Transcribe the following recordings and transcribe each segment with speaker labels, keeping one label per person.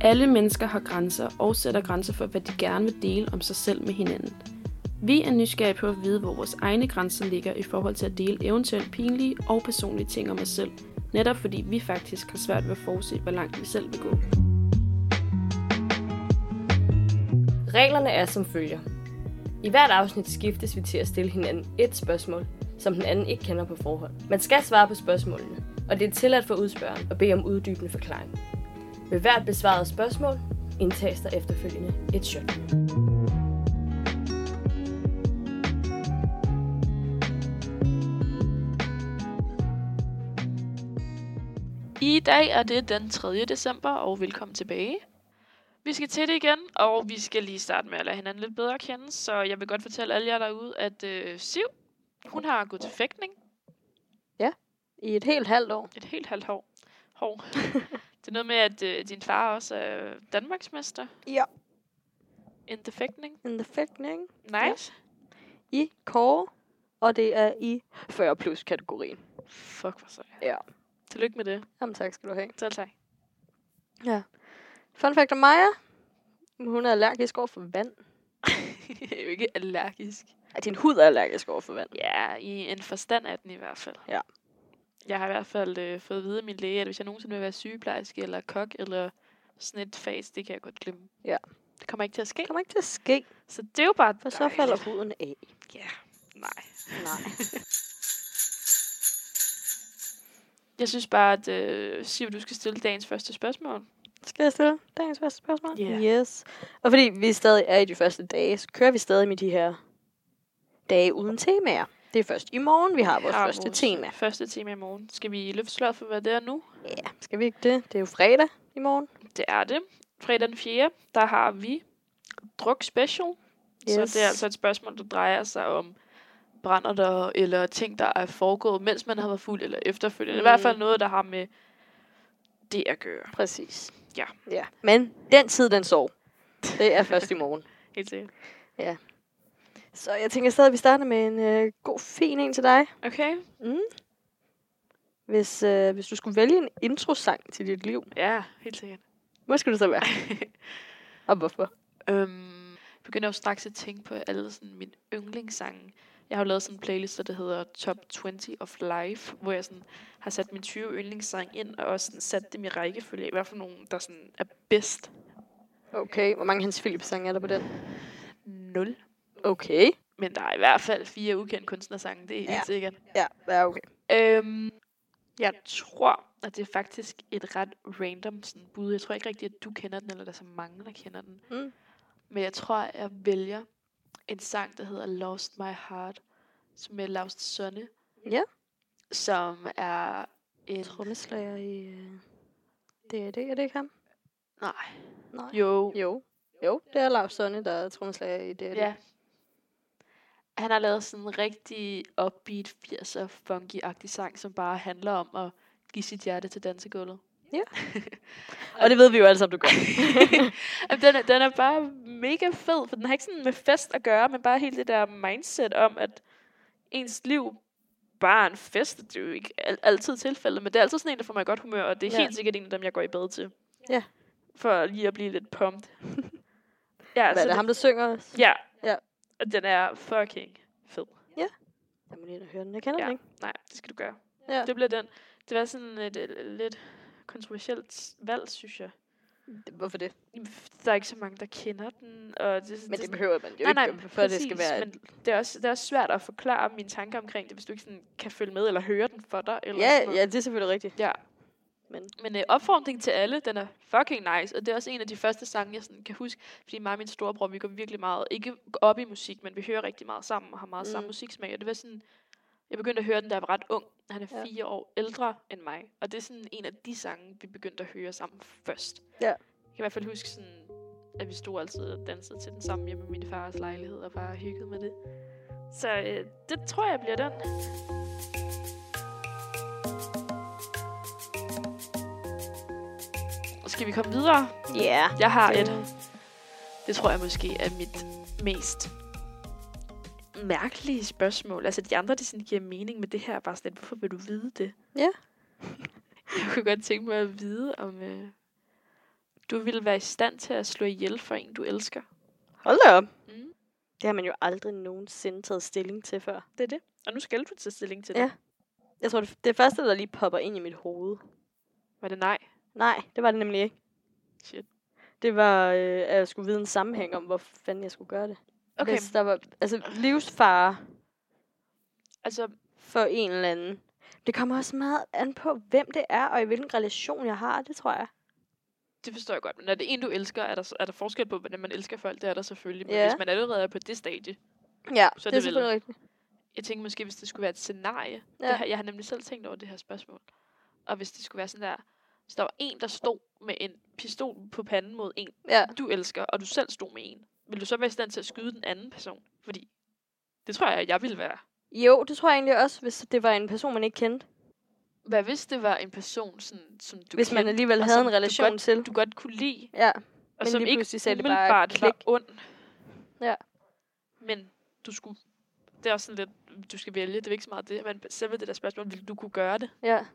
Speaker 1: Alle mennesker har grænser og sætter grænser for, hvad de gerne vil dele om sig selv med hinanden. Vi er nysgerrige på at vide, hvor vores egne grænser ligger i forhold til at dele eventuelt pinlige og personlige ting om os selv, netop fordi vi faktisk har svært ved at forudse, hvor langt vi selv vil gå.
Speaker 2: Reglerne er som følger. I hvert afsnit skiftes vi til at stille hinanden et spørgsmål, som den anden ikke kender på forhånd. Man skal svare på spørgsmålene, og det er tilladt for udspørgeren at bede om uddybende forklaring. Ved hvert besvaret spørgsmål indtages der efterfølgende et shot.
Speaker 3: I dag er det den 3. december, og velkommen tilbage. Vi skal til det igen, og vi skal lige starte med at lade hinanden lidt bedre kende, så jeg vil godt fortælle alle jer derude, at øh, Siv, hun har gået til fægtning
Speaker 4: I et helt halvt år.
Speaker 3: et helt halvt hår. hår. det er noget med, at øh, din far også er Danmarksmester
Speaker 4: Ja.
Speaker 3: in the fægtning.
Speaker 4: In the fægtning.
Speaker 3: Nice.
Speaker 4: I kåre. Og det er i 40 plus kategorien.
Speaker 3: Fuck, hvor sejt.
Speaker 4: Ja.
Speaker 3: Tillykke med det.
Speaker 4: Jamen tak skal du have.
Speaker 3: Selv tak.
Speaker 4: Fun fact om Maja. Hun er allergisk over for vand.
Speaker 3: jeg er jo ikke allergisk.
Speaker 4: Ej, din hud er allergisk over for vand.
Speaker 3: Ja, i en forstand af den i hvert fald.
Speaker 4: Ja.
Speaker 3: Jeg har i hvert fald øh, fået at vide af min læge, at hvis jeg nogensinde vil være sygeplejerske eller kok eller sådan et fag, det kan jeg godt glemme.
Speaker 4: Ja.
Speaker 3: Det kommer ikke til at ske.
Speaker 4: Det kommer ikke til at ske,
Speaker 3: Så det er jo bare
Speaker 4: for så falder huden af.
Speaker 3: Ja, nej.
Speaker 4: Nej.
Speaker 3: Jeg synes bare, at øh, Siv, du skal stille dagens første spørgsmål.
Speaker 4: Skal jeg stille dagens første spørgsmål?
Speaker 3: Ja.
Speaker 4: Yes. Og fordi vi stadig er i de første dage, så kører vi stadig med de her dage uden temaer. Det er først i morgen, vi har vores
Speaker 3: Har
Speaker 4: første tema.
Speaker 3: Første tema i morgen. Skal vi løfte sløret for, hvad det er nu?
Speaker 4: Ja, skal vi ikke det? Det er jo fredag i morgen.
Speaker 3: Det er det. Fredag den 4. Der har vi druk special. Yes. Så det er altså et spørgsmål, der drejer sig om brænder der, eller ting, der er foregået, mens man har været fuld, eller efterfølgende. Mm. I hvert fald
Speaker 4: Mm.
Speaker 3: noget, der har med det at gøre.
Speaker 4: Præcis.
Speaker 3: Ja.
Speaker 4: ja. Men den tid, den sov, det er først i morgen.
Speaker 3: Helt sikkert.
Speaker 4: Så jeg tænker stadig, at vi starter med en øh, god, fin en til dig.
Speaker 3: Okay.
Speaker 4: Mm. Hvis, øh, hvis du skulle vælge en introsang til dit liv,
Speaker 3: Ja, helt sikkert.
Speaker 4: hvad skulle det så være? Og hvorfor?
Speaker 3: øhm, jeg begynder jo straks at tænke på alle sådan mine yndlingssange. Jeg har jo lavet sådan en playlist, der hedder Top 20 of Life, hvor jeg sådan har sat mine 20 yndlingssange ind, og også sådan sat dem i rækkefølge. I hvert fald nogle, der sådan er bedst.
Speaker 4: Okay, hvor mange Hans Philip-sange er der på den?
Speaker 3: 0.
Speaker 4: Okay.
Speaker 3: Men der er i hvert fald fire ukendte kunstnersange, det er helt
Speaker 4: Ja.
Speaker 3: sikkert.
Speaker 4: Ja, ja okay.
Speaker 3: Øhm, jeg tror, at det er faktisk et ret random sådan, bud. Jeg tror ikke rigtigt, at du kender den, eller der er så mange, der kender den.
Speaker 4: Mm.
Speaker 3: Men jeg tror, at jeg vælger en sang, der hedder Lost My Heart, som er Laust Sonne.
Speaker 4: Ja.
Speaker 3: Som er en...
Speaker 4: Trommeslager i... Øh, det er det, er det ikke ham?
Speaker 3: Nej.
Speaker 4: Nej.
Speaker 3: Jo.
Speaker 4: Jo. Jo, det er Lars Sonne, der er trommeslager i det. Er det.
Speaker 3: Ja. Han har lavet sådan en rigtig upbeat 80'er funky-agtig sang, som bare handler om at give sit hjerte til dansegulvet.
Speaker 4: Og det ved vi jo alle sammen, du gør.
Speaker 3: Jamen, den, er, den er bare mega fed, for den har ikke sådan med fest at gøre, men bare hele det der mindset om, at ens liv bare er en fest. Det er jo ikke al- altid tilfældet, men det er altid sådan en, der får mig i godt humør, og det er ja.
Speaker 4: Ja.
Speaker 3: helt sikkert en af dem, jeg går i bad til.
Speaker 4: Ja.
Speaker 3: For lige at blive lidt pumped. ja,
Speaker 4: Hvad er Altså, det
Speaker 3: det-
Speaker 4: ham, der synger? også?
Speaker 3: Ja.
Speaker 4: Ja.
Speaker 3: Og den er fucking fed.
Speaker 4: Jeg må lige ind og høre den. Jeg kender
Speaker 3: Ja.
Speaker 4: den ikke.
Speaker 3: Nej, det skal du gøre.
Speaker 4: Ja.
Speaker 3: Det bliver den. Det var sådan et, et lidt kontroversielt valg, synes jeg.
Speaker 4: Hvorfor det?
Speaker 3: Der er ikke så mange, der kender den. Og det,
Speaker 4: Men det
Speaker 3: sådan-
Speaker 4: behøver man jo ikke, for at det skal være...
Speaker 3: men det er, også, det er også svært at forklare mine tanker omkring det, hvis du ikke sådan kan følge med eller høre den for dig. Eller
Speaker 4: Ja,
Speaker 3: sådan noget.
Speaker 4: ja, det er selvfølgelig rigtigt.
Speaker 3: ja. Men,
Speaker 4: Men-
Speaker 3: men øh, opfordring til alle, den er fucking nice, og det er også en af de første sange, jeg sådan kan huske, fordi mig og min storebror, vi går virkelig meget, ikke op i musik, men vi hører rigtig meget sammen og har meget mm. samme
Speaker 4: Mm.
Speaker 3: musiksmag, og det var sådan, jeg begyndte at høre den, da jeg var ret ung. Han er
Speaker 4: Ja.
Speaker 3: fire år ældre end mig, og det er sådan en af de sange, vi begyndte at høre sammen først.
Speaker 4: Ja.
Speaker 3: Jeg kan i hvert fald huske sådan, at vi stod altid og dansede til den sammen hjemme i min fars lejlighed og bare hyggede med det. Så øh, det tror jeg bliver den. Skal vi komme videre?
Speaker 4: Ja.
Speaker 3: Jeg har et. Det tror jeg måske er mit mest mærkelige spørgsmål. Altså, de andre, det sådan giver mening, men det her er bare sådan lidt, hvorfor vil du vide det?
Speaker 4: Ja.
Speaker 3: jeg kunne godt tænke mig at vide, om, øh, Du ville være i stand til at slå ihjel for en, du elsker.
Speaker 4: Hold da op.
Speaker 3: Mm.
Speaker 4: Det har man jo aldrig nogensinde taget stilling til før.
Speaker 3: Det er det. Og nu skal du tage stilling til
Speaker 4: Ja.
Speaker 3: det.
Speaker 4: Jeg tror, det, det første, der lige popper ind i mit hoved.
Speaker 3: Var det nej?
Speaker 4: Nej, det var det nemlig ikke.
Speaker 3: Shit.
Speaker 4: Det var, øh, at jeg skulle vide en sammenhæng om, hvor fanden jeg skulle gøre det.
Speaker 3: Okay,
Speaker 4: Hvis der var altså, livsfare
Speaker 3: altså,
Speaker 4: for en eller anden. Det kommer også meget an på, hvem det er, og i hvilken relation jeg har, det tror jeg.
Speaker 3: det forstår jeg godt. Men er det en, du elsker, er der, er der forskel på, hvordan man elsker folk? Det er der selvfølgelig. Men
Speaker 4: Ja.
Speaker 3: hvis man allerede er på det stadie. Så er
Speaker 4: Ja, det er
Speaker 3: det vel-
Speaker 4: selvfølgelig rigtigt.
Speaker 3: Jeg tænker måske, hvis det skulle være et scenarie.
Speaker 4: Ja.
Speaker 3: Ja. Det her, jeg har nemlig selv tænkt over det her spørgsmål. Og hvis det skulle være sådan der, hvis der var en, der stod med en pistol på panden mod en,
Speaker 4: Ja.
Speaker 3: du elsker, og du selv stod med en, vil du så være i stand til at skyde den anden person? Fordi det tror jeg, jeg ville være.
Speaker 4: Jo, det tror jeg egentlig også, hvis det var en person, man ikke kendte.
Speaker 3: Hvad hvis det var en person, sådan, som du
Speaker 4: Du hvis man
Speaker 3: kendte,
Speaker 4: alligevel
Speaker 3: og
Speaker 4: havde
Speaker 3: som
Speaker 4: en relation
Speaker 3: du godt,
Speaker 4: til.
Speaker 3: du godt kunne lide,
Speaker 4: Ja,
Speaker 3: og
Speaker 4: Men
Speaker 3: som
Speaker 4: lige
Speaker 3: ikke
Speaker 4: pludselig sagde det bare
Speaker 3: umiddelbart var
Speaker 4: klik.
Speaker 3: ond.
Speaker 4: Ja.
Speaker 3: Men du skulle... Det er også sådan lidt, du skal vælge, det er ikke så meget det, men selve det der spørgsmål, vil du kunne gøre det?
Speaker 4: ja.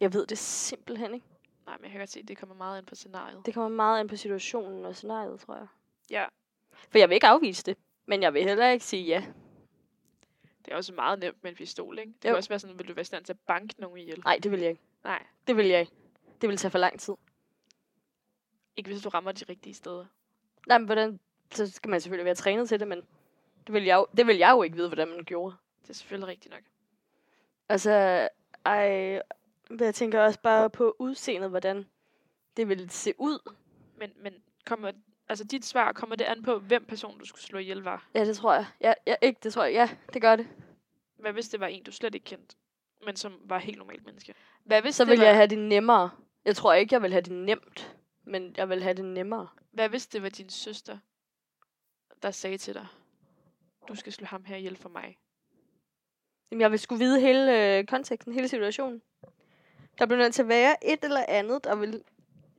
Speaker 4: Jeg ved det simpelthen ikke.
Speaker 3: Nej, men jeg kan godt se, at det kommer meget ind på scenariet.
Speaker 4: Det kommer meget an på situationen og scenariet, tror jeg.
Speaker 3: Ja.
Speaker 4: For jeg vil ikke afvise det, men jeg vil heller ikke sige ja.
Speaker 3: Det er også meget nemt med en pistol, ikke? Det
Speaker 4: Jo.
Speaker 3: kan også være sådan, vil du være i stand til at banke nogen ihjel?
Speaker 4: Nej, det vil jeg ikke.
Speaker 3: Nej,
Speaker 4: Det vil jeg ikke. Det vil tage for lang tid.
Speaker 3: ikke hvis du rammer de rigtige steder.
Speaker 4: Nej, men hvordan... Så skal man selvfølgelig være trænet til det, men det vil jeg jo, det vil jeg jo ikke vide, hvordan man gjorde.
Speaker 3: Det er selvfølgelig rigtigt nok.
Speaker 4: Altså, ej, men jeg tænker også bare på udseendet, hvordan det ville se ud.
Speaker 3: Men, men kommer, altså dit svar, kommer det an på, hvem person du skulle slå ihjel var?
Speaker 4: Ja, det tror jeg. Ja, ja ikke, det tror jeg. Ja, det gør det.
Speaker 3: Hvad hvis det var en, du slet ikke kendte, men som var helt normalt menneske? Hvad hvis,
Speaker 4: Så
Speaker 3: det
Speaker 4: vil
Speaker 3: var,
Speaker 4: jeg have det nemmere. Jeg tror ikke, jeg vil have det nemt, men jeg vil have det nemmere.
Speaker 3: hvad hvis det var din søster, der sagde til dig, du skal slå ham her ihjel for mig?
Speaker 4: Jamen, jeg vil skulle vide hele øh, konteksten, hele situationen. Der bliver nødt til at være et eller andet, der vil...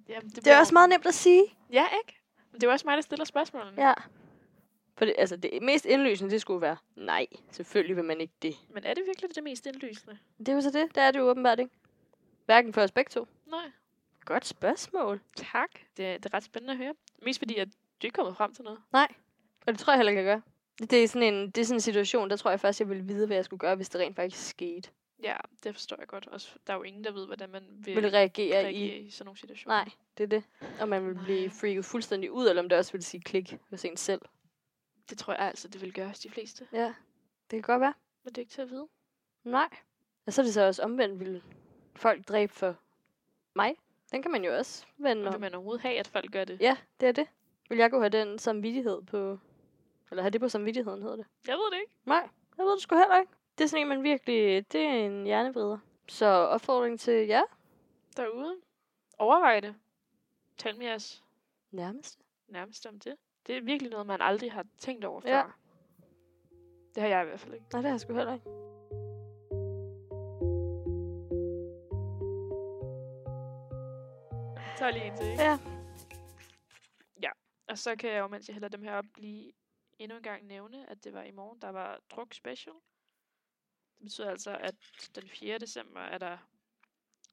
Speaker 3: Jamen,
Speaker 4: Det er
Speaker 3: bliver-
Speaker 4: også meget nemt at sige.
Speaker 3: Ja, ikke? Men det er jo også mig, der stiller spørgsmålene.
Speaker 4: Ja. For det, altså, det mest indlysende, det skulle være, nej, selvfølgelig vil man ikke det.
Speaker 3: Men er det virkelig det mest indlysende?
Speaker 4: Det er jo så det. Der er det jo åbenbart ikke. Hverken for os begge to.
Speaker 3: Nej.
Speaker 4: Godt spørgsmål.
Speaker 3: Tak. Det, det er ret spændende at høre. Mest fordi, at du ikke er kommet frem til noget.
Speaker 4: Og det tror jeg heller ikke, jeg gør. Det er sådan en, det er sådan en situation, der tror jeg først, jeg ville vide, hvad jeg skulle gøre, hvis det rent faktisk skete.
Speaker 3: Ja, det forstår jeg godt. Også, der er jo ingen, der ved, hvordan man vil
Speaker 4: Vil det Øh, reagere i...
Speaker 3: reagere i sådan nogle situationer.
Speaker 4: Nej, det er det. Om man vil blive
Speaker 3: Nej.
Speaker 4: freaket fuldstændig ud, eller om det også vil sige klik hos en selv.
Speaker 3: Det tror jeg altså, det vil gøre hos de fleste.
Speaker 4: Ja, det kan godt være.
Speaker 3: Men det er ikke til at vide.
Speaker 4: Nej. Og så er det så også omvendt, vil folk dræbe for mig? Den kan man jo også vende
Speaker 3: Nå. Vil
Speaker 4: om.
Speaker 3: man overhovedet have, at folk gør det?
Speaker 4: Ja, det er det. Vil jeg kunne have den samvittighed på... Eller have det på samvittigheden, hedder det.
Speaker 3: Jeg ved det ikke.
Speaker 4: Nej, jeg ved det sgu heller ikke. Det er sådan en, man virkelig... Det er en hjernevrider. Så opfordring til jer,
Speaker 3: Derude. Overvej det. Tal med jeres
Speaker 4: nærmest.
Speaker 3: nærmeste om det. Det er virkelig noget, man aldrig har tænkt over
Speaker 4: Ja.
Speaker 3: ja. før. Det har jeg i hvert fald ikke.
Speaker 4: Nej, det har jeg sgu heller ikke.
Speaker 3: Så lige en til, ikke?
Speaker 4: Ja.
Speaker 3: Ja, og så kan jeg jo, mens jeg hælder dem her op, lige endnu en gang nævne, at det var i morgen, der var druk special. Det betyder altså, at den 4. december er der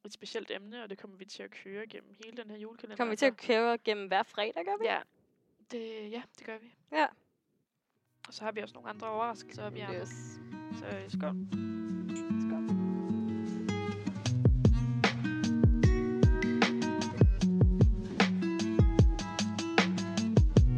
Speaker 3: et specielt emne, og det kommer vi til at køre gennem hele den her julekalender. Altså,
Speaker 4: Kommer vi til at køre gennem hver fredag, gør vi?
Speaker 3: Ja, det, ja, det gør vi.
Speaker 4: Ja.
Speaker 3: Og så har vi også nogle andre overraskelser op i ærmet.
Speaker 4: Yes.
Speaker 3: Så øh, skål.
Speaker 4: Skål.